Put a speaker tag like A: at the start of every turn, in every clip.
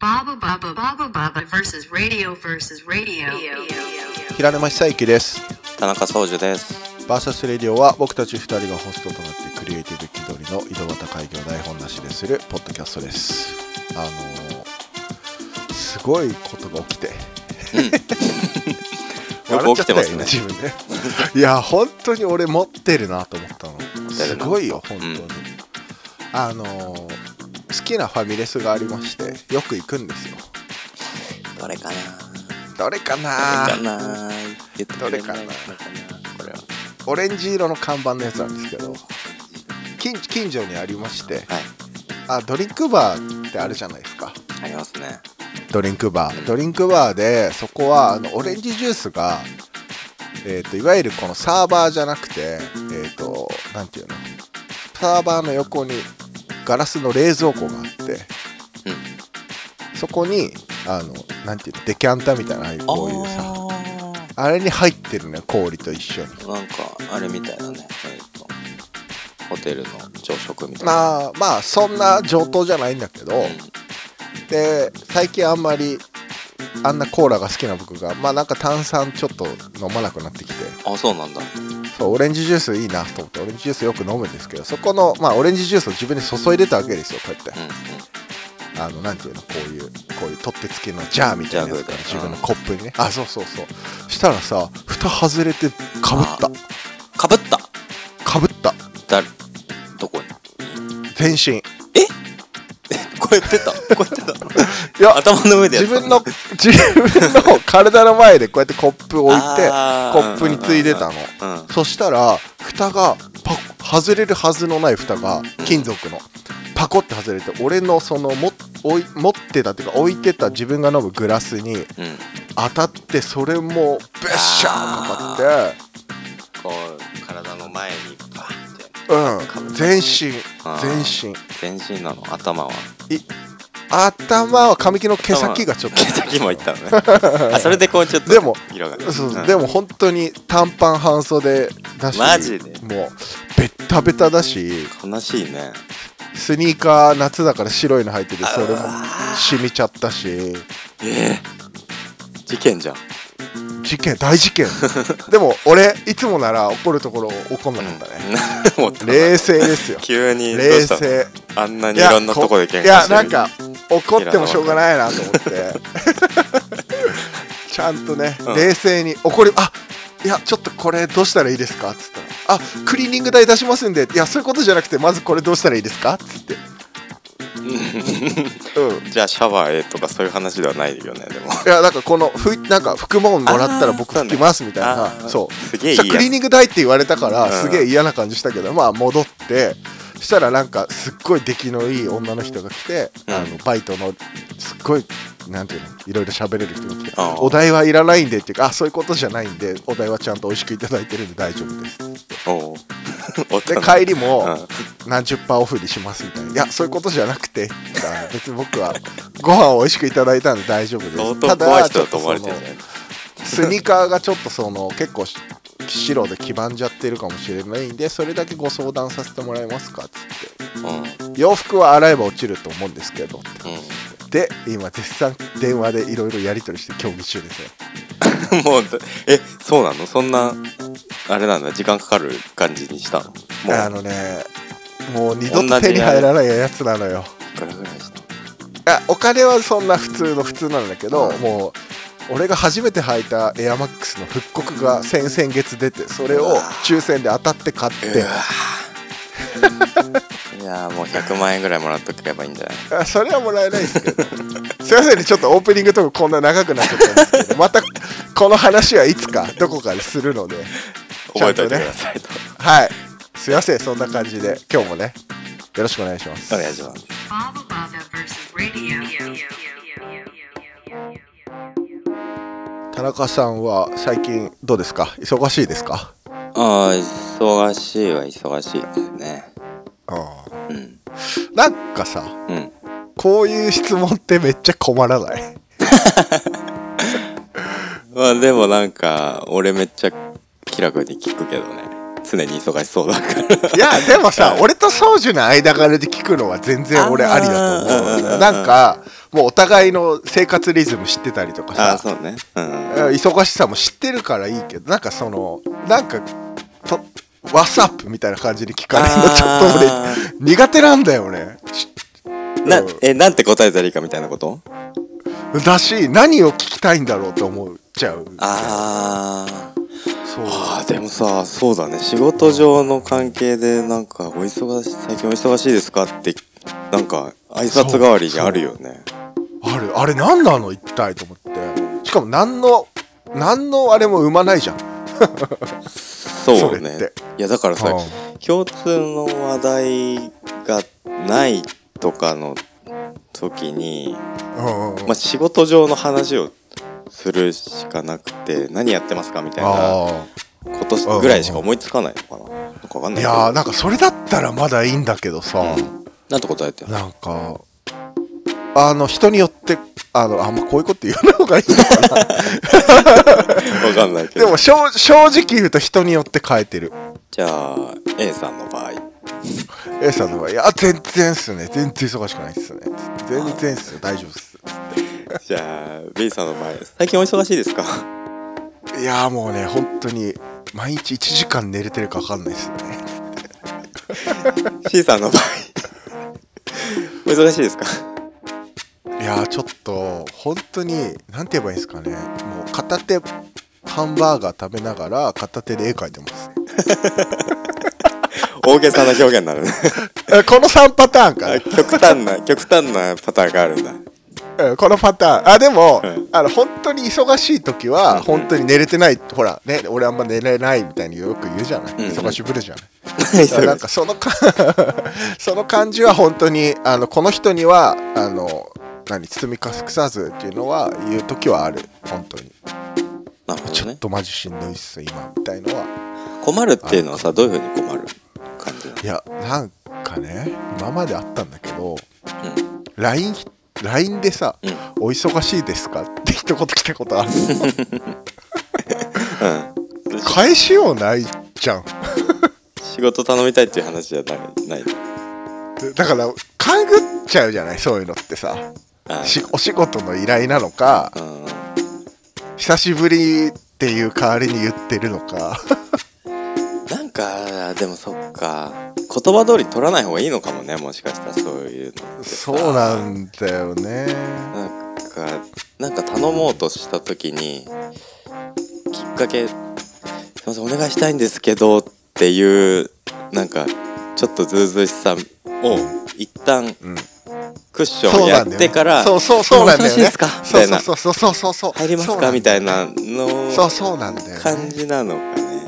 A: Baba Baba Baba Baba versus radio versus radio.
B: 平沼久之です
C: 田中総樹です。
B: バーサスレディオは僕たち2人がホストとなってクリエイティブ気取りの井戸端会議を台本なしでするポッドキャストですあのーすごいことが起きて
C: よく起きてますね
B: 笑っちゃったよ今自分ねいや本当に俺持ってるなと思ったのすごいよ本当に、
C: うん
B: あのー好きなファミレスがありましてよく行くんですよ
C: どれかな
B: どれかな
C: どれかな言ってくれ
B: どれかな
C: これは。
B: オレンジ色の看板のやつなんですけど近近所にありまして
C: はい。
B: あドリンクバーってあるじゃないですか
C: ありますね。
B: ドリンクバードリンクバーでそこはあのオレンジジュースが、えー、といわゆるこのサーバーじゃなくてえっ、となんていうのサーバーの横にガラスの冷蔵庫があって
C: うん。
B: そこにあのなんていうのデキャンタみたいなああいうこういうさあれに入ってるね氷と一緒に
C: あーなんか、あれみたいなね。えっと、ホテルの朝食みたいな。
B: まあまあそんな上等じゃないんだけど、で最近あんまりあんなコーラが好きな僕がまあなんか炭酸ちょっと飲まなくなってきて
C: うん。あ、そうなんだ。
B: そうオレンジジュースいいなと思ってオレンジジュースよく飲むんですけどそこの、まあ、オレンジジュースを自分に注いでたわけですよこうやって
C: うんうん。
B: あのなんていうのこういうこういう取ってつけのジャーみたいなやつから
C: ジ
B: 自
C: ャー
B: 分
C: み
B: の
C: た
B: コ
C: いな
B: ップにねあそうそうそうしたらさ蓋外れてかぶった
C: かぶった
B: かぶった
C: だ、どこに
B: 全身
C: こうやってた。こうやって
B: いや
C: た。 頭の上でや
B: 自
C: っ
B: 分
C: てた
B: の自分の体の前でこうやってコップを置いて
C: あー
B: コップについでたの
C: うん。うん
B: そしたら蓋がパコ外れるはずのない蓋が金属のパコって外れて俺のそのもおい持ってたっていうか置いてた自分が飲むグラスに
C: うん。
B: 当たってそれもベッシャーかかって
C: こう、体の前にバーンって。
B: うん全身
C: あー
B: 全身
C: 全身なの頭は。
B: 頭は髪の毛先がちょっと
C: 毛先もいったのね あそれでこうちょっと
B: でも
C: 色が
B: そう
C: うん
B: でも本当に短パン半袖だし
C: マジで
B: もうベッタベタだし
C: 悲しいね
B: スニーカー夏だから白いの履いててそれも
C: あ
B: 染みちゃったし
C: えー事件じゃん
B: 事件大事 件でも俺いつもなら怒るところ怒んなかったね、
C: うんもう
B: 冷静ですよ
C: 急に どう
B: 冷
C: したの
B: 静
C: あんなにいろんなとこで喧
B: い
C: 嘩してる
B: やなんか怒ってもしょうがないなと思って ちゃんとね、
C: うん
B: 冷静に怒りあいやちょっとこれどうしたらいいですかっつったら「あクリーニング代出しますんで」いやそういうことじゃなくてまずこれどうしたらいいですかっつ ってうんい
C: じゃあシャワーへとかそういう話ではないよねでも
B: やなんかこのふいなんか服もんもらったら僕
C: あー
B: 拭きますみたい
C: あ
B: な
C: ー
B: そう
C: すげえいい
B: じゃあクリー
C: や
B: ニング代って言われたから、
C: うん
B: すげえ嫌な感じしたけどまあ戻ってしたらなんかすっごい出来のいい女の人が来て、
C: うん
B: あのバイトのすっごいなんていうのいろいろ喋れる人が来て
C: あー
B: お代はいらないんでっていうかあそういうことじゃないんでお代はちゃんと美味しくいただいてるんで大丈夫です
C: おう大人
B: で帰りも
C: うん
B: 何十パーオフにしますみたいないやそういうことじゃなくてあの別に僕はご飯を美味しくいただいたんで大丈夫です
C: 相当怖い人だと思われ
B: た
C: てる
B: だ
C: んじゃない
B: スニーカーがちょっとその結構し白で黄ばんじゃってるかもしれないんでそれだけご相談させてもらえますかっつっ
C: うん
B: て洋服は洗えば落ちると思うんですけどって
C: うん
B: で今絶賛電話でいろいろやり取りして競技中ですね
C: もうえそうなのそんなあれなんだ時間かかる感じにしたのもう
B: あのねもう二度と手に入らないやつなのよ
C: いくらぐらいした
B: あお金はそんな普通の普通なんだけど、
C: うん
B: もう俺が初めて履いたエアマックスの復刻が先々月出てそれ
C: う
B: を
C: わ
B: 抽選で当たって買って
C: うわーいやーもう100万円ぐらいもらっとけばいいんじゃない
B: あそれはもらえないですけどすいませんねちょっとオープニングとかこんな長くなっちゃったんですけどまたこの話はいつかどこかでするのでちゃ
C: 覚
B: ん
C: えて
B: と
C: おいてく
B: ね
C: ださいと、
B: はいすいませんそんな感じで今日もねよろしくお願いします
C: お願いします
A: Baba Baba versus radio.
B: 田中さんは最近どうですか忙しいですか
C: ああ忙しいは忙しいですね
B: ああ
C: うん
B: なんかさ
C: うん
B: こういう質問ってめっちゃ困らない
C: まあでもなんか俺めっちゃ気楽に聞くけどね常に忙しそうだから
B: いやでもさ俺と宗樹の間柄で聞くのは全然俺ありだと思
C: あーうんうん
B: う
C: うん
B: なんかもうお互いの生活リズム知ってたりとか
C: ああ、
B: さ
C: そうね。うん。
B: 忙しさも知ってるからいいけどなんかそのなんかと「WhatsApp」みたいな感じに聞かれるのちょっと俺
C: あ
B: 苦手なんだよねし
C: ーな、え、なんて答えたらいいかみたいなこと
B: だし何を聞きたいんだろうと思っちゃう
C: ああ。
B: そう
C: ああ、でもさ、そうだね。仕事上の関係で、なんか、お忙しい、最近お忙しいですかって、なんか、挨拶代わりにあるよね。
B: あれあれ何なの一体と思ってしかも何の何のあれも生まないじゃん
C: そう
B: そう
C: ね
B: それって。
C: いや、だからさ、
B: う
C: 共通の話題がないとかの時に、
B: うんうん
C: まあ、仕事上の話をするしかなくて、何やってますかみたいな
B: あ
C: ことぐらいしか思いつかないのかな。なんか
B: ー
C: わかんないいけど。
B: やーなんかそれだったらまだいいんだけどさ、
C: うんなんて答えてる
B: なんかあの人によってあのあんまこういうこと言わない方がいいのかな
C: わかんないけ
B: で
C: ど。
B: も正正直言うと人によって変えてる
C: じゃあ、A さんの場合。
B: A さんの場合「いや全然っすね全然忙しくないっすね全然っすよ大丈夫っす」
C: じゃあ、B さんの場合、最近お忙しいですか
B: いやーもうね本当に毎日1時間寝れてるか分かんないっすね
C: ?C さんの場合、 お忙しいですか
B: いやーちょっと本当に何て言えばいいんですかねもう片手ハンバーガー食べながら片手で絵描いてます
C: 大げさな表現になるね。
B: えこの3パターンかな
C: あ極端な、極端なパターンがあるんだ。
B: うんこのパターンあでも、
C: うん
B: あの本当に忙しい時
C: うんう
B: は
C: ん
B: 本当に寝れてない、ほらね俺あんま寝れないみたいによく言うじゃない、
C: んうん
B: 忙しぶるじゃない
C: 忙しい
B: だからなんかそのか その感じは本当にあのこの人にはあの何包み隠さずっていうのは言う時はある本当に
C: なるほ
B: ち
C: ど
B: ょっ
C: ね。
B: とマジしんどいっす今みたいのは
C: 困るっていうのはさ、どういうふうに困る感じなの
B: いやなんかね今まであったんだけど
C: うん
B: LINE, LINE でさ、
C: うん
B: お忙しいですか?」って一言来たことある
C: うん
B: 返しようないじゃん
C: 仕事頼みたいっていう話じゃないない
B: だから勘ぐっちゃうじゃないそういうのってさ
C: あ
B: しお仕事の依頼なのか
C: うん
B: 久しぶりっていう代わりに言ってるのか
C: なんかでもそっか言葉通り取らない方がいいのかもねもしかしたらそういうのってさ
B: そうなんだよね
C: なんかなんか頼もうとした時にきっかけ「すいませんお願いしたいんですけど」っていうなんかちょっとずうずうしさを一旦
B: うん
C: クッショ
B: そ
C: ン
B: うな
C: やっ
B: んだよ
C: て
B: ね
C: から「
B: そうそうそうなんだよ
C: お忙しい
B: ね
C: ですかみ
B: そ
C: た
B: う
C: いな
B: そうそうそうそうそう
C: 入ります
B: そうな
C: か
B: ん
C: みたいなの
B: そうそうなんだよ
C: 感
B: ね
C: じなのかね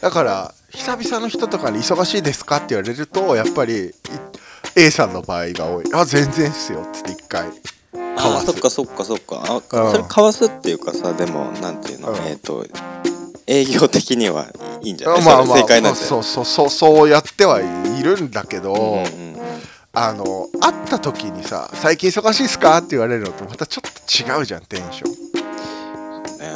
B: だから久々の人とかに忙しいですかって言われるとやっぱりい A さんの場合が多いあ全然っすよっつって一回かわ
C: あー
B: す
C: そっかそっかそっかあ、
B: うん
C: それかわすっていうかさでもなんていうの、
B: うん
C: えっ、と営業的にはいいんじゃない、
B: まあ
C: そ
B: まあ
C: れ正解なんだ
B: そ
C: よ
B: うそうそうそうやってはいるんだけど、
C: うんうん
B: あの会った時にさ「最近忙しいっすか?」って言われるのとまたちょっと違うじゃんテンション
C: ね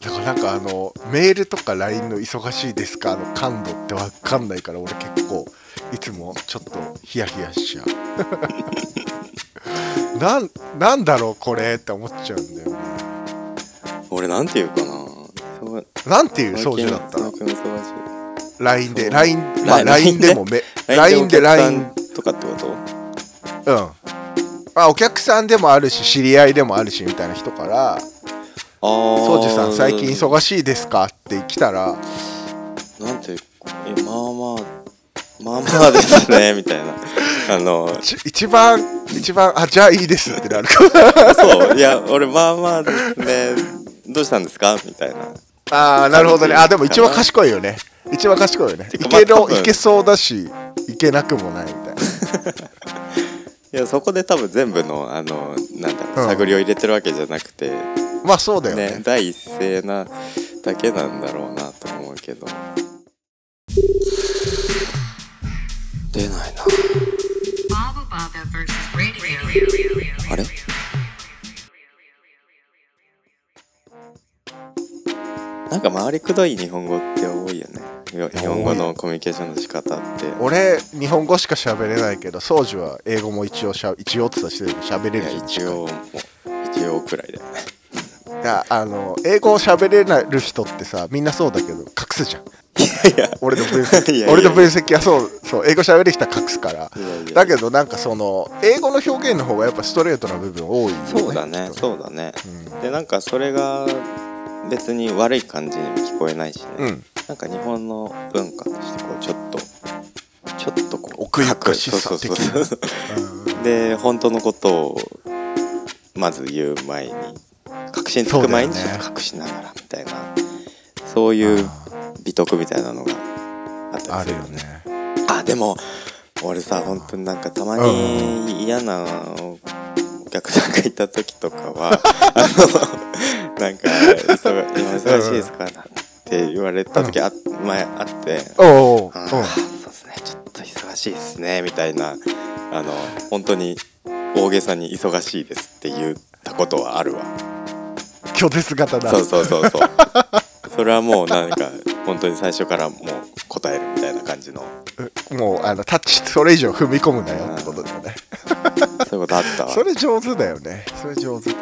B: だからなんかあのメールとか LINE の「忙しいですか?」の感度って分かんないから俺結構いつもちょっとヒヤヒヤしちゃ うなんなんだろうこれって思っちゃうんだよね
C: 俺なんていうかなそう
B: なんていう
C: 最
B: 掃
C: 近
B: 除だった
C: 最
B: の
C: 近忙しい
B: LINE で
C: そう
B: LINE まあ
C: LINE
B: LINE でもめ
C: LINE
B: LINE で
C: で
B: LINE
C: お客さんとかってこと
B: うんあお客さんでもあるし知り合いでもあるしみたいな人から
C: ああ
B: そうじさん最近忙しいですかって来たら
C: なんていうえまあまあまあまあで すねみたいなあの
B: ち一番一番あじゃあいいですってなる
C: そういや俺まあまあですねどうしたんですかみたいな
B: ああなるほど ねあでも一番賢いよね一番賢いよね
C: て
B: い
C: か
B: け
C: まあ多
B: ろ
C: 分
B: いけそうだしいけなくもないみたいない
C: やそこで多分全部のあのなんだろ
B: う
C: うん探りを入れてるわけじゃなくて、
B: まあそうだよ
C: ね
B: ね
C: 第一声なだけなんだろうなと思うけど出ないな
A: Baba Baba versus Radio.
C: あれなんか周りくどい日本語って多いよねよ日本語のコミュニケーションの仕方って
B: 俺日本語しか喋れないけどソウジは英語も一応しゃ一応って言ったら失礼だけど喋れ
C: いや
B: るじ
C: 一
B: ゃん
C: 応も一応くらいだよ ね
B: いやあの英語を喋れる人ってさみんなそうだけど隠すじゃん
C: いや
B: 俺の分析
C: いやいや
B: 俺の分析はそうそう英語喋る人は隠すから
C: いやいや
B: だけどなんかその英語の表現の方がやっぱストレートな部分多いよね
C: そうだね
B: きっと
C: そうだね、でなんかそれが別に悪い感じにも聞こえないしね、
B: うん
C: なんか日本の文化としてこうちょっとちょっとこう
B: 奥ゆかしさ
C: 隠
B: 的
C: そうそうそうそうで本当のことをまず言う前に確信つく前に
B: そう
C: ち
B: だよ
C: ょ
B: ね
C: っと隠しながらみたいなそういう美徳みたいなのがあった
B: あ
C: りす
B: るよ
C: るよね
B: ね
C: あでも俺さ本当になんかたまに嫌なお客さんがいた時とかはあのなんか忙「今忙しいですか?」って言われた時あ前あって
B: おうおう
C: 「あーそうですねちょっと忙しいですね」みたいなあの本当に大げさに「忙しいです」って言ったことはあるわ
B: 拒絶型だ
C: そうそうそうそうそれはもうなんか本当に最初からもう答えるみたいな感じの
B: もうあのタッチそれ以上踏み込むなよってことだよね
C: そういうことあったわ
B: それ上手だよねそれ上手だ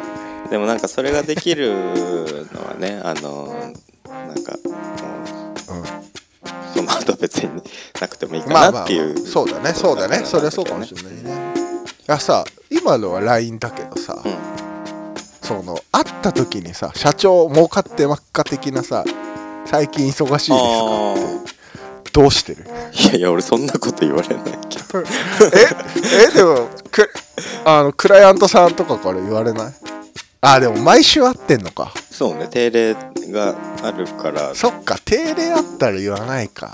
C: でもなんかそれができるのはねあのなんかもう
B: う
C: その後別になくてもいい
B: んま
C: か
B: あま
C: な
B: あ
C: っていう、
B: そうだねそうだねそれはそうかもし
C: れ
B: れないねあさ今のは LINE だけどさ、
C: うん
B: その会った時にさ社長儲かって真っ赤的なさ最近忙しいで
C: あ
B: すどうして る
C: ーいやいや俺そんなこと言われないけど
B: ええでもくあのクライアントさんとかから言われないあでも毎週会ってんのか
C: そうね定例があるから
B: そっか定例あったら言わないか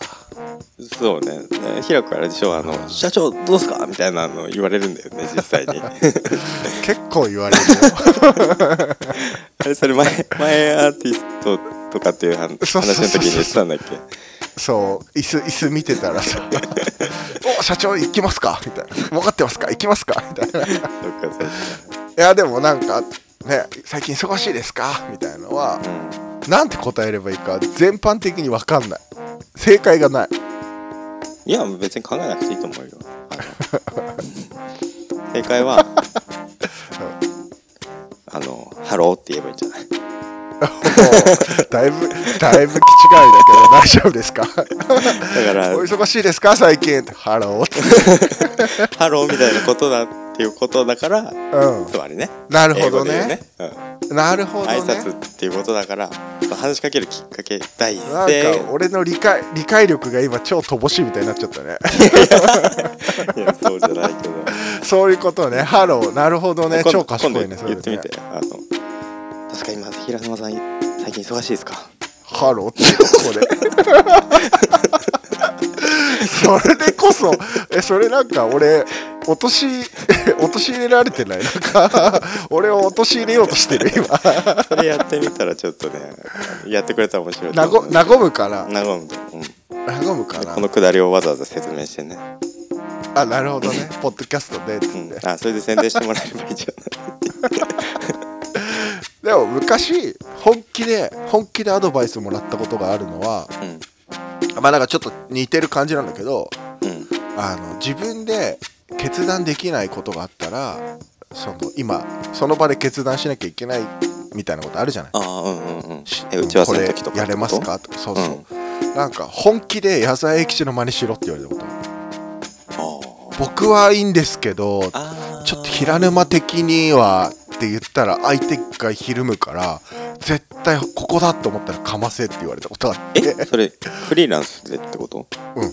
C: そうね平くあれでしょあの社長どうすかみたいなの言われるんだよね実際 に
B: 結構言われる
C: あれそれ前前アーティストとかっていう話の時
B: そうそうそうそう
C: に言ってたんだっけ
B: そう椅子椅子見てたらさ 「お社長行きますか?」みたいな「分かってますか行きますか?」みたいない
C: そっかそっか
B: やでもなんかね最近忙しいですかみたいのは
C: うん
B: なんて答えればいいか全般的に分かんない正解がない
C: いや別に考えなくていいと思うよ あの正解はあの「ハロー」って言えばいいんじゃない
B: だいぶだいぶ気違いだけど大丈夫です か
C: だから
B: お忙しいですか最近ハローっつって
C: 「ハロー」みたいなことだっていうことだから
B: うん
C: つまりね
B: なるほどね
C: 英語で言うね
B: なる
C: う
B: ほ
C: ん、
B: どね
C: 挨拶っていうことだから話しかけるきっかけ第一
B: なん
C: 声
B: か俺の理解理解力が今超乏しいみたいになっちゃったね
C: いやそうじゃないけど、
B: そういうこと ねハローなるほどね
C: 今
B: 超
C: 度
B: 賢いね
C: 今度
B: それ
C: 言って
B: ね
C: みて、あの確か今平沼さん最近忙しいで すか
B: ハローってここで それでこそえそれなんか俺落と し落とし入れられてないなんか俺を落とし入れようとしてる今
C: それやってみたらちょっとねやってくれたら面白いと
B: な
C: 思
B: ご
C: う
B: 和むかな
C: 和むと思う、うん
B: 和むかな
C: このくだりをわざわざ説明してね、
B: あなるほどねポッドキャストでっつっ
C: う
B: て、
C: ん、あそれで宣伝してもらえればいいじゃん
B: でも昔本気で本気でアドバイスもらったことがあるのは
C: うん
B: まあなんかちょっと似てる感じなんだけど
C: うん
B: あの自分で決断できないことがあったらその今その場で決断しなきゃいけないみたいなことあるじゃない
C: ああうんうんうん
B: し
C: え打ち合わせの時と
B: こと
C: かってこ
B: れやれますかとかそうそう、なんか本気で野菜永吉の真似しろって言われたことある
C: あ
B: 僕はいいんですけど
C: あ
B: ちょっと平沼的にはって言ったら相手がひるむから絶対ここだと思ったらかませって言われたことある
C: えそれフリーランスでってこと
B: うん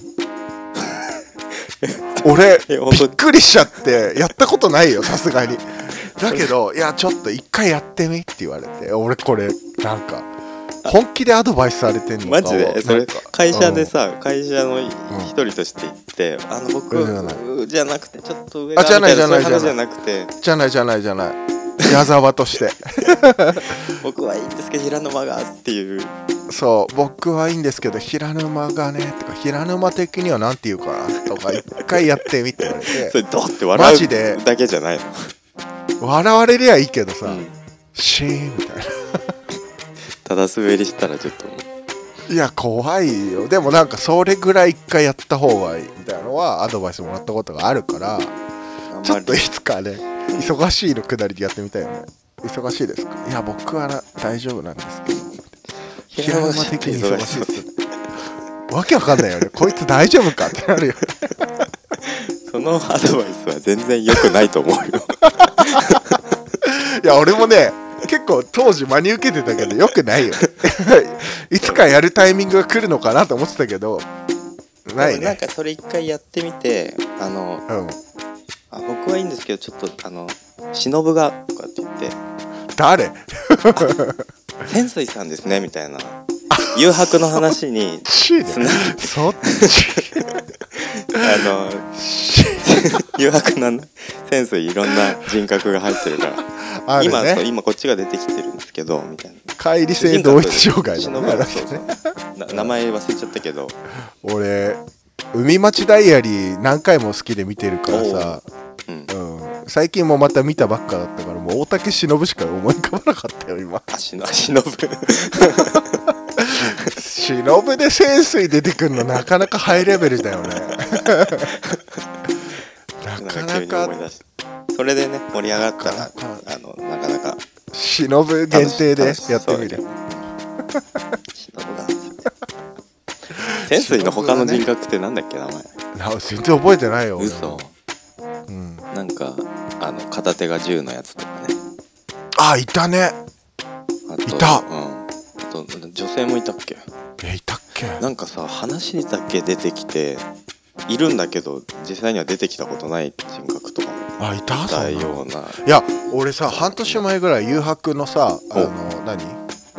B: 俺
C: え本
B: び
C: 当
B: っくりしちゃってやったことないよさすがにだけどいやちょっと一回やってみって言われて俺これなんか本気でアドバイスされてんのか
C: マジ
B: な
C: で
B: ん
C: それ
B: か
C: 会社
B: う
C: で
B: ん
C: さ会社の一人として行ってあの
B: うんじゃない
C: 僕じゃなくてちょっと上が
B: あじゃない
C: み
B: じ
C: た
B: ゃない
C: そういう話じゃなくて
B: じゃないじゃないじゃない矢沢として
C: 僕はいいんですけど平沼がっていう
B: そう僕はいいんですけど平沼がねとか平沼的にはなんて言うかなとか一回やってみって言われ
C: それ
B: て
C: ドッて笑
B: マジで
C: うだけじゃないの
B: 笑われりゃいいけどさ、
C: うん
B: シーンみたいな
C: ただ滑りしたらちょっともう
B: いや怖いよでもなんかそれぐらい一回やった方がいいみたいなのはアドバイスもらったことがあるから
C: あん
B: ち
C: ま
B: ょっとい
C: り
B: つかね忙しいのくだりでやってみたいよね忙しいですかいや僕はな大丈夫なんですけど
C: 平山が
B: 的
C: 的
B: に
C: に
B: 忙し
C: 忙し
B: い
C: い
B: で
C: です
B: わけわかんないよねこいつ大丈夫かってなるよ
C: そのアドバイスは全然良くないと思うよ
B: いや俺もね結構当時真に受けてたけどよくないよいつかやるタイミングが来るのかなと思ってたけど ない
C: でもなん
B: ね
C: かそれ一回やってみてあの
B: うん
C: あ僕はいいんですけどちょっとあの忍がとかって 言って
B: 誰
C: 「潜水さんですね」みたいな誘惑の話に
B: C ね
C: つな
B: そっち
C: あの 誘惑の潜水いろんな人格が入ってるから。
B: ある
C: 今そう
B: ね
C: 今こっちが出てきてるんですけどみたいな
B: 乖離性同一障害だ
C: 忍
B: ね
C: が
B: だっ
C: そう
B: て
C: そう
B: ね
C: な名前忘れちゃったけど
B: 俺海町ダイアリー何回も好きで見てるからさ、
C: う
B: う
C: ん
B: ん、最近もまた見たばっかだったからもう大竹しのぶしか思い浮かばなかったよ今
C: あしの忍ぶ
B: 忍で潜水出てくるのなかなかハイレベルだ よねなか
C: なん
B: な
C: か急に思
B: か
C: い出したそれでね盛り上がっ
B: な
C: たら
B: かな
C: あのなかなか
B: 忍限定でやってみる
C: 忍だ潜水の他の人格ってなんだっけ名前
B: な全然覚えてないよ俺
C: 嘘
B: うん、
C: なんかあの片手が銃のやつとかね
B: あいたね
C: あと
B: いた
C: うんあと女性もいたっけ
B: えいたっけ
C: なんかさ話にだけ出てきているんだけど実際には出てきたことない人格とかも
B: あいた
C: い
B: そ
C: た
B: んな
C: よう
B: の
C: ない
B: や俺さ半年前ぐらい誘白のさあの何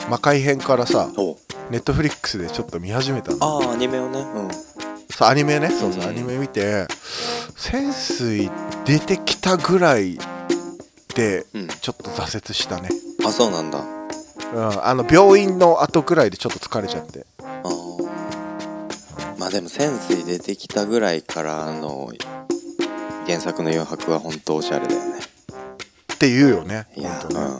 B: 魔界編からさ
C: お
B: ネットフリックスでちょっと見始めたの
C: ああアニメをねうん
B: そうアニメねそうそう、
C: うん
B: アニメ見て潜水出てきたぐらいで
C: うん
B: ちょっと挫折したね、
C: あそうなんだ
B: うん、あの病院の後ぐらいでちょっと疲れちゃって
C: あーまあでも潜水出てきたぐらいからあの原作の余白は本当おしゃれだよね
B: って言うよね
C: いや、
B: ほん
C: うん
B: とね、
C: なん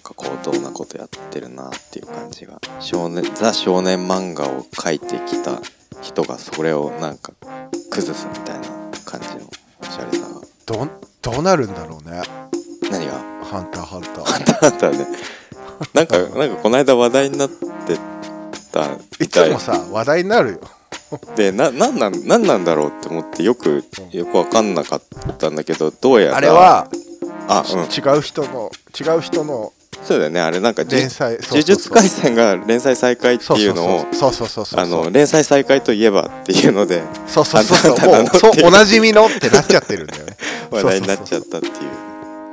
C: か高等なことやってるなっていう感じが少年ザ少年漫画を描いてきた人がそれをなんか崩すみたいな感じのおしゃれさが
B: うん、どんどうなるんだろうね
C: 何が
B: ハンターハンタ
C: あ
B: ー
C: ったあったね なんかなんかこの間話題になってた
B: い
C: み
B: つ
C: たい
B: もさ話題になるよ
C: でななんなんなんなんだろうって思ってよくよく分かんなかったんだけどどうやら
B: あれは、
C: あ
B: ち
C: うん
B: 違う人の違う人の
C: そうだよねあれなんかじゅ
B: 連載そうそうそう
C: 呪術廻戦が連載再開って
B: そう
C: い
B: そうう
C: のを
B: そうそうそうそう
C: あの連載再開といえばっていうので
B: そうそうそう
C: あ
B: そ
C: な
B: う
C: た
B: も
C: な
B: う
C: のって
B: そ
C: いう
B: うおなじみのってなっちゃってるんだよね
C: 話題になっち
B: そ
C: ゃ
B: うそうそう
C: ったっていう
B: そう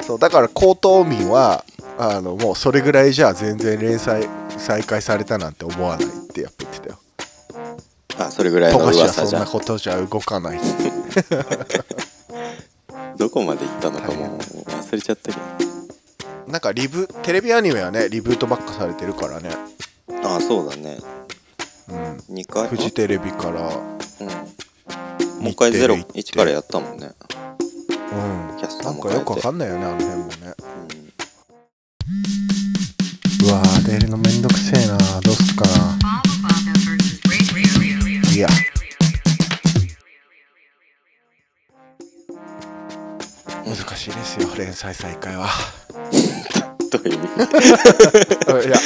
B: そうだから高等民はあのもうそれぐらいじゃ全然連載再開されたなんて思わないってやっぱ言ってたよ
C: あそれぐらい
B: 富
C: の
B: 樫は
C: 噂
B: そ
C: じ
B: ん
C: ゃ
B: なことじゃ動かない
C: どこまで行ったのか
B: 大変
C: もう忘れちゃったけ
B: なんかリブテレビアニメはねリブートばっかされてるからね
C: どあそうだね
B: うん
C: 2回
B: フジテレビから
C: うんもう一回ゼロ
B: 日テレ行って
C: 1からやったもんね
B: うん
C: キャスタ
B: な
C: ー
B: ん
C: も
B: か
C: 変
B: よ
C: えて
B: くわかんないよねあの辺もね
C: うん
B: うわー出るのめんどくせえなどうすっかな
A: Baba Baba versus Radio.
B: いや難しいですよ連載再開は
C: どういう意味
B: い や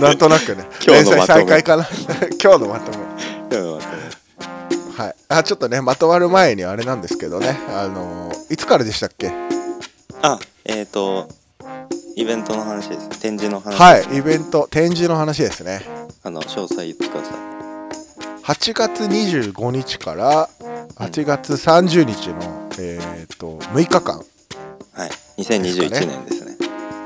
B: なんとなくね
C: 今
B: 連
C: 日の
B: 載
C: まと
B: 再
C: め
B: 開かな 今日のまとめ
C: うん待って
B: はいあちょっとねまとまる前にあれなんですけどねあのーいつからでしたっけ
C: あえっ、ー、とイベントの話です展示の話
B: は
C: です
B: いイベント展示の話ですね
C: あの詳細言ってください
B: 8月25日から8月30日の、えー、と6日間
C: はい2021年ですね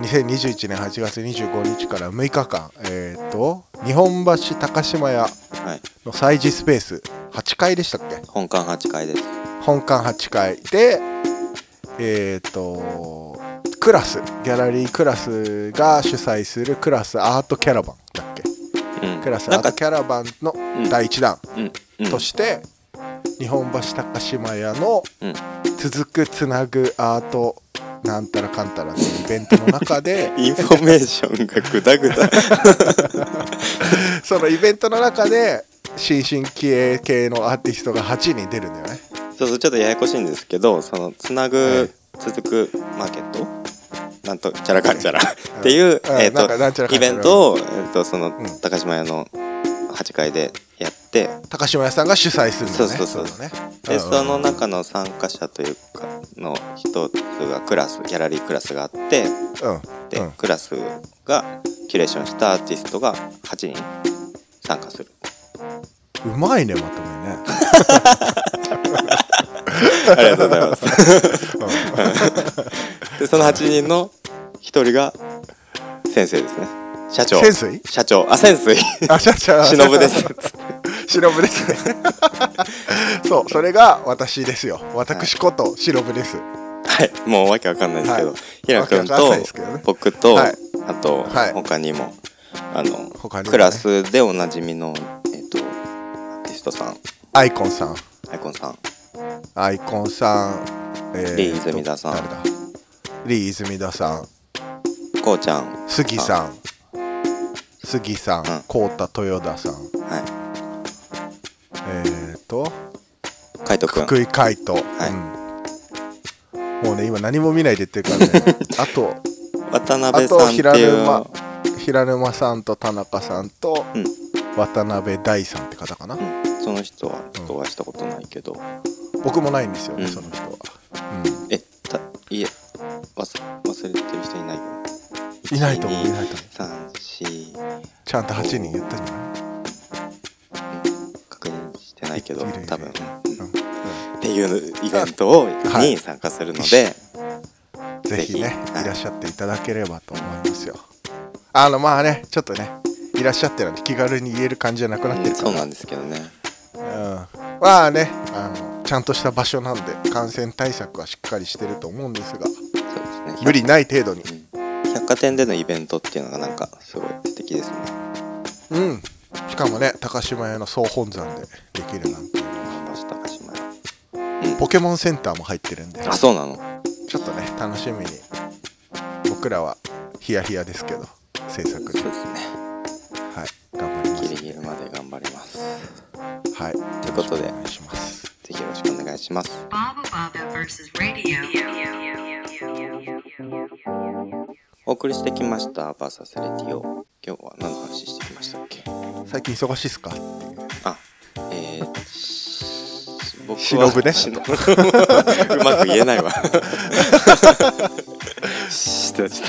B: 2021年8月25日から6日間、えー、と日本橋高島屋
C: はい
B: の催事スペース8階でしたっけ
C: 本館8階です
B: 本館8階でえっ、とクラスギャラリークラスが主催するクラスアートキャラバンだっけ
C: うん
B: クラス
C: な
B: ア
C: ん
B: ート
C: か
B: キャラバンの
C: ん
B: 第1弾
C: うんうん
B: として、日本橋高島屋の
C: うん
B: 続くつなぐアートなんたらかんたらっていうイベントの中 で
C: インフォメーションがグダグダ
B: そのイベントの中で新進気鋭系のアーティストが8人出るんだよね
C: そうそうちょっとややこしいんですけどそのつなぐ続くマーケットなんとチャラかんチャラっていう、
B: うん
C: えー
B: なんかなんちゃらか
C: と
B: んちゃら
C: イベントを、えー、とその
B: ん
C: 高島屋の8階でやって
B: 高島屋さんが主催するんだよね
C: そうそうそ
B: の
C: う
B: ね
C: で、
B: うん
C: その中の参加者というかの一つがクラスギャラリークラスがあって
B: うん
C: で、
B: うん
C: クラスがキュレーションしたアーティストが8人参加する
B: うまいねまとめね
C: ありがとうございます でその8人の1人が先生ですね社長
B: 潜水
C: 社長あ潜水
B: あ社長
C: 忍です
B: 忍です ねそうそれが私ですよ私こと忍です
C: はいもうわけわかんないですけど、
B: はい
C: 平野君
B: わけわかん
C: と
B: ないですけどね
C: 僕と、
B: はい
C: あと、
B: はい
C: 他にもあの
B: 他にもね
C: クラスでおなじみのえっ、とアーティストさん
B: アイコンさん
C: アイコンさん
B: アイコンさん、えー
C: リー泉田さん
B: 誰だリー泉田さん
C: こうちゃん
B: 杉さん杉さん
C: うん
B: 浩太、豊田さん
C: は
B: えっ、ー、と
C: い海斗君
B: 福井海斗、うんもうね今何も見ないで言ってるからね あと
C: 渡
B: あ
C: 辺さん
B: と
C: って
B: 平
C: いう
B: 沼平沼さんと田中さんと
C: うん
B: 渡辺大さんって方かな、
C: うんその人はちょっとお会いしたことないけど、
B: 僕もないんですよね、
C: うん
B: その人は、
C: えたいえ忘忘れてる人いないよね
B: うん、いないと思うい
C: 1
B: ないと思う
C: 3 4
B: ちゃんと8人言ったんじゃない
C: 確認してないけど
B: いるいるいる
C: 多分ね、
B: うんうん
C: っていうイベントを
B: はい
C: に参加するので、
B: ぜひね
C: ぜひはい
B: いらっしゃっていただければと思いますよあのまあねちょっとねいらっしゃってなんて気軽に言える感じじゃなくなって
C: うん
B: るか
C: そう
B: ら
C: なんですけどね
B: うんまあねあのちゃんとした場所なんで感染対策はしっかりしてると思うんですが
C: そうですね
B: 無理ない程度に
C: うん百貨店でのイベントっていうのがなんかすごい素敵ですね
B: うんしかもね高島屋の総本山でできるなんて
C: ました高島屋
B: ポケモンセンターも入ってるんで
C: あそうなの
B: ちょっとね楽しみに僕らはヒヤヒヤですけど制
C: そう
B: 作
C: で
B: に
C: すね
B: はい頑張ります
C: ギリギリまで頑張ります
B: はい
C: ということで
B: お願いします
C: ぜひよろしくお願いします。
A: Baba Baba versus Radio.
C: お送りしてきました、バーサスレディオ。今日は何の話してきましたっけ
B: 最近忙しいっすか
C: あ、えー、し僕は
B: 忍ぶね
C: 忍ぶ うまく言えないわ。しちょっとちょっ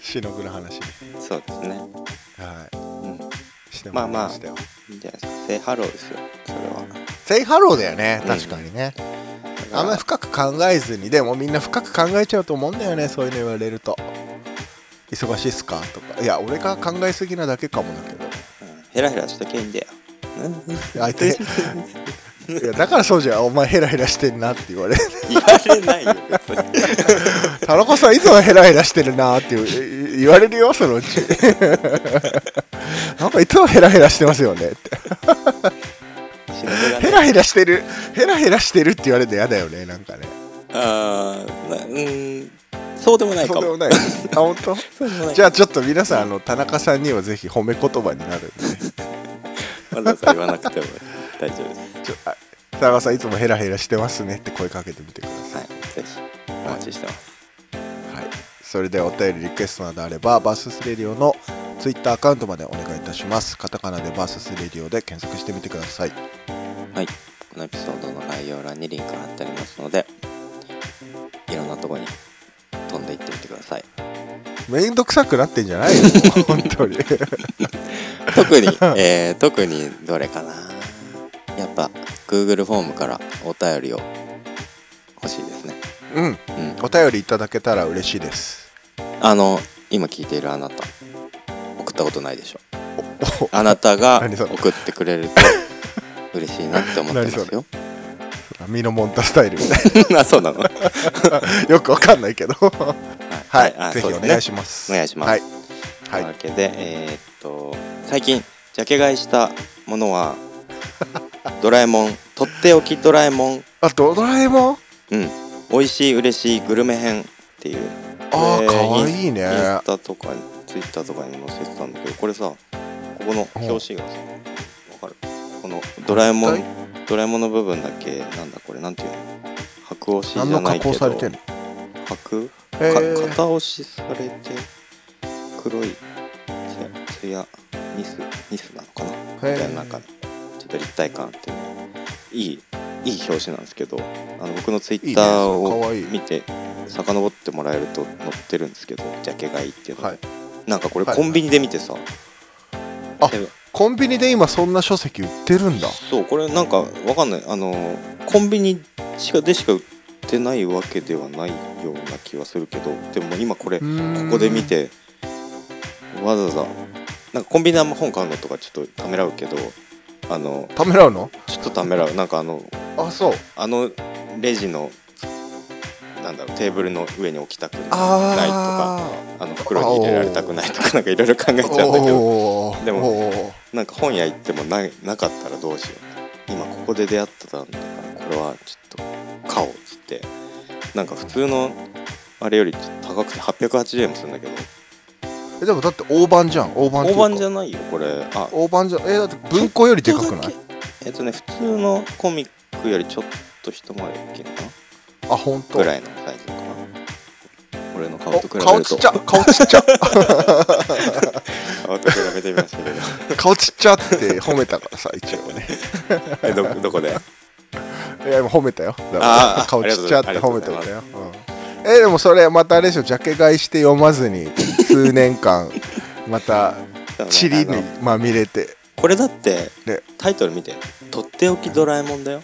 B: 忍の話
C: とそうですね。
B: は
C: うん。
B: いしても
C: まあ
B: らい
C: ま
B: ま
C: あ、
B: したよ、
C: いいんじゃないですか。セイハローですよ、それは。
B: セイハローだよね
C: うん
B: 確かにね、
C: だから
B: あんまり深く考えずにでもみんな深く考えちゃうと思うんだよねそういうの言われると忙しいっすかとかいや俺が考えすぎなだけかもだけ ど
C: うんヘラヘラしとけいいんだよ。うん
B: 相手いやだからそうじゃんお前ヘラヘラしてんなって言われる
C: 言われないよ、別に。
B: 田中さんいつもヘラヘラしてるなって言う言われるよそのうち なんかいつもヘラヘラしてますよねって
C: 忍ぶが
B: ヘ
C: ね。
B: ラヘラしてるヘラヘラしてるって言われるの嫌だよねなんかね
C: あーなうん、そうでもないか
B: そうでも
C: も。
B: ないあ本当
C: そうでもない
B: じゃあちょっと皆さんあの田中さんにはぜひ褒め言葉になるんで
C: わざわざ言わなくても大丈夫です。
B: ちょあ田中さんいつもヘラヘラしてますねって声かけてみてくださ
C: はい、ぜひお待ちしてます。
B: い、はい、それではお便りリクエストなどあればバーススレディオのツイッターアカウントまでお願いいたしますカタカナでバーススレディオで検索してみてください
C: はい、このエピソードの概要欄にリンク貼ってありますので、いろんなとこに飛んでいってみてくだ さい。
B: めんどくさくなってんじゃないよ 本当に
C: 特に、えー、特にどれかな。やっぱ Google フォームからお便りを欲しいですね。
B: うん
C: うん、
B: お便りいただけたら嬉しいです
C: あの今聞いているあなた、送ったことないでしょ。
B: お
C: あなたが
B: 何それ
C: 送ってくれると嬉しいなって思ってますよ。
B: おミノモンタスタイルみ たい
C: あ、そうなの。
B: なよくわかんないけどはい、
C: あ
B: ぜひ
C: そう
B: お
C: ですね
B: 願いします
C: お願いします
B: はい、
C: という
B: は
C: わ
B: い、
C: けで、えーっと最近ジャケ買いしたものはドラえもんとっておきドラえもん
B: あドラえもん
C: うん美味しい嬉しいグルメ編っていう
B: あー
C: これ
B: かわいいね
C: インインスタとかにツイッターとかに載せてたんだけどこれさここの表紙がさわかるこのドラえも
B: 一
C: んドラえもんの部分だけなんだこれなんていうの白押しじゃ
B: 何
C: な
B: の
C: いけど
B: 加工されてんの
C: 白
B: へー
C: か片押しされて黒いつつやニスニスなのかな
B: へー
C: みたいななんかちょっと立体感あってねいいいい表紙なんですけどあの僕のツイッ
B: いいね
C: ター
B: それか
C: を
B: わいい
C: 見て遡ってもらえると載ってるんですけどジャケ買いっていうのが、
B: はい
C: なんかこれ
B: はい
C: コンビニで見てさ、
B: あ
C: で
B: コンビニで今そんな書籍売ってるんだ
C: そうこれなんかわかんないあのコンビニしかでしか売ってないわけではないような気はするけどでも今これ
B: う
C: こ
B: ーん
C: こで見てわざわざなんかコンビニであんま本買うのとかちょっとためらうけどあの
B: ためらうの
C: ちょっとためらうなんかあの
B: あそう
C: あのレジのなんだろうテーブルの上に置きたくないとか
B: あ
C: あの袋に入れられたくないとかなんかいろいろ考えちゃうんだけど
B: おー
C: でも
B: おー
C: なんか本屋行ってもななかったらどうしよう今ここで出会ってたんだからこれはちょっと買おうっつってなんか普通のあれよりちょっと高くて880円もするんだけど
B: えでもだって大判じゃん大判
C: 大判じ
B: ゃん
C: ゃないよこれあ
B: 大判じゃんえだって文庫よりでかくない
C: えっとね普通のコミックよりちょっと一回り大きいのかな
B: あ本当
C: ぐらいのサイズかな俺の顔
B: お
C: と比べると
B: 顔ちっちゃ顔ちっちゃ
C: 顔と比べてみましたけど
B: 顔ちっちゃって褒めたからさ一応ね
C: えどどこで
B: いや今褒めたよだから
C: あー
B: 顔ちっちゃって
C: ありがと
B: 褒
C: う
B: め
C: ご
B: て
C: ざいます
B: たよ、うんえでもそれまたあれでしょジャケ買いして読まず に数年間またチリに
C: あの
B: まみれて
C: これだって
B: で
C: タイトル見て「とっておきドラえもん」だよ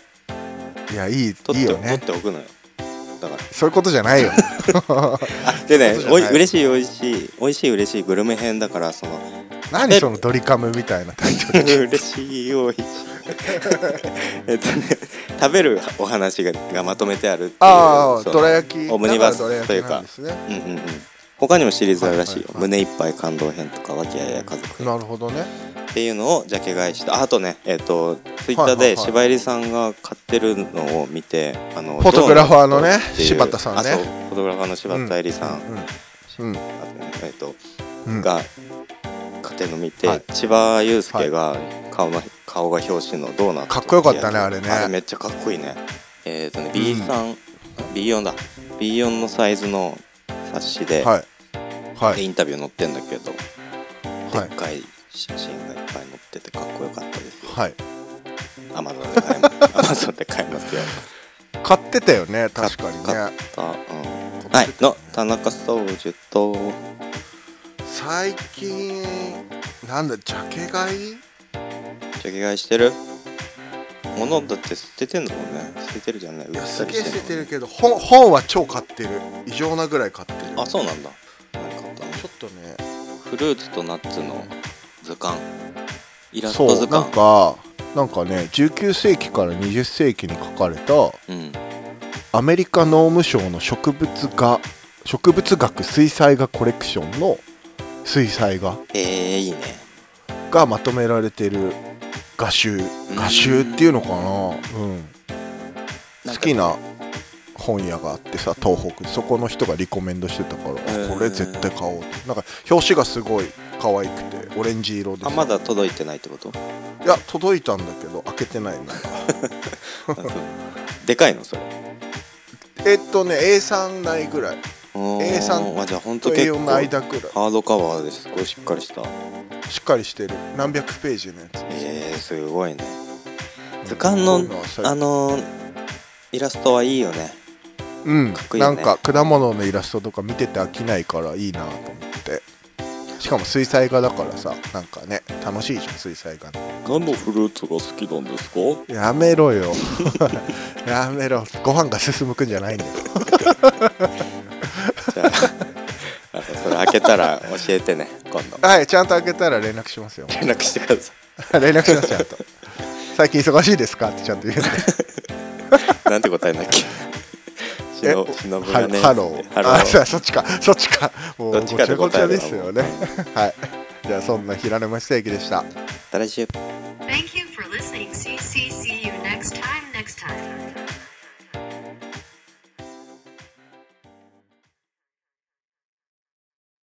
B: いやいい
C: 取
B: いい
C: って
B: よね
C: 取っておくのよだから
B: そういうことじゃないよ
C: でね
B: そうじゃない
C: おい嬉しい美味しい美味しい嬉しいグルメ編だから その
B: 何そのドリカムみたいなタイトル
C: 嬉しい美味 しいえっとね食べるお話ががまとめてあるっていう
B: あ
C: そ
B: あ
C: の
B: どら焼き
C: オムニバス
B: だらどら焼きなんですね
C: うんうんうん他にもシリーズあるらしいよ、
B: はいはい
C: 胸いっぱい感動編とか和気あいあい家族編
B: なるほどね
C: っていうのをジャケ買いしたああとねえっ、とツイッタ
B: はいはいは
C: ーで
B: い
C: 柴入さんが買ってるのを見てあの
B: フォトグラファーのね
C: ジョンっていう
B: 柴田さんね
C: あそうフォトグラファーの柴田入さん、
B: うんうん
C: あとねえっ、と
B: うん
C: が勝ての見て、
B: はい
C: 千葉雄介が顔の、顔が表紙のドーナツ
B: かっこよかったねあれね
C: あれめっちゃかっこいいねえっ、とね B3、B4 だ B4 のサイズの冊子で,、
B: はいは
C: で
B: い
C: インタビュー載ってんだけど、
B: はい
C: でっかい写真がいっぱい載っててかっこよかったで すよ
B: はい
C: アマゾンで買えますアマゾンで買えますよ
B: 買ってたよね確かに
C: 買っ
B: ね
C: た、うん、はいの田中宗樹と
B: 最近なんだジャケ買い
C: ジャケ買いしてる物だって捨ててんだもんね捨ててるじゃんね売っ
B: いや
C: た
B: す
C: り
B: げえ
C: し
B: 捨て
C: てん
B: て
C: の
B: る
C: ね
B: けど本本は超買ってる異常なぐらい買ってる
C: あそうなんだ何買ったの
B: ちょっとね
C: フルーツとナッツの図鑑イラスト
B: そ
C: 図
B: うな
C: 鑑
B: んかなんかね19世紀から20世紀に書かれた
C: うん
B: アメリカ農務省の植物画植物学水彩画コレクションの水彩画
C: えー、いいね
B: がまとめられてる画集画集っていうのかなうん好
C: なんか
B: きな本屋があってさ東北そこの人がリコメンドしてたから
C: ー
B: あこれ絶対買おうとなんか表紙がすごい可愛くてオレンジ色で
C: あ
B: さ
C: まだ届いてないっ てこと
B: いや届いたんだけど開けてないな
C: あそうでかいのそれ
B: えっとね A3 ないぐらい
C: お
B: A3
C: まあじゃあほんと結
B: A4
C: 構
B: の
C: ハ
B: 間ぐらい
C: ードカバーですごいしっかりした
B: しっかりしてる何百ページのやつ
C: えー、すごいね図
B: こう
C: 鑑の
B: いうは最
C: あのー、イラストはいいよね
B: うん
C: かっこいい
B: な
C: よね
B: んか果物のイラストとか見てて飽きないからいいなと思ってしかも水彩画だからさなんかね楽しいじゃん水彩画
C: 何のフルーツが好きなんですか
B: やめろよ やめろご飯が進むくんじゃないんだよ
C: じゃああの それ開けたら教えてね今度
B: はいちゃんと開けたら連絡しますよ
C: 連絡してくだ さ
B: 連絡しますちゃんと最近忙しいですかってちゃんと言うんで
C: いなんて答え なっけし
B: え
C: のしのぶがね
B: ハロー
C: ハロ
B: あそ
C: ー
B: うそっちかそっちかもう
C: どっ
B: ご
C: ち
B: ち
C: かで
B: ゃごち
C: 答え
B: ゃ
C: るわ
B: ですよねはいじゃあそんな平沼正義でした
C: 新しい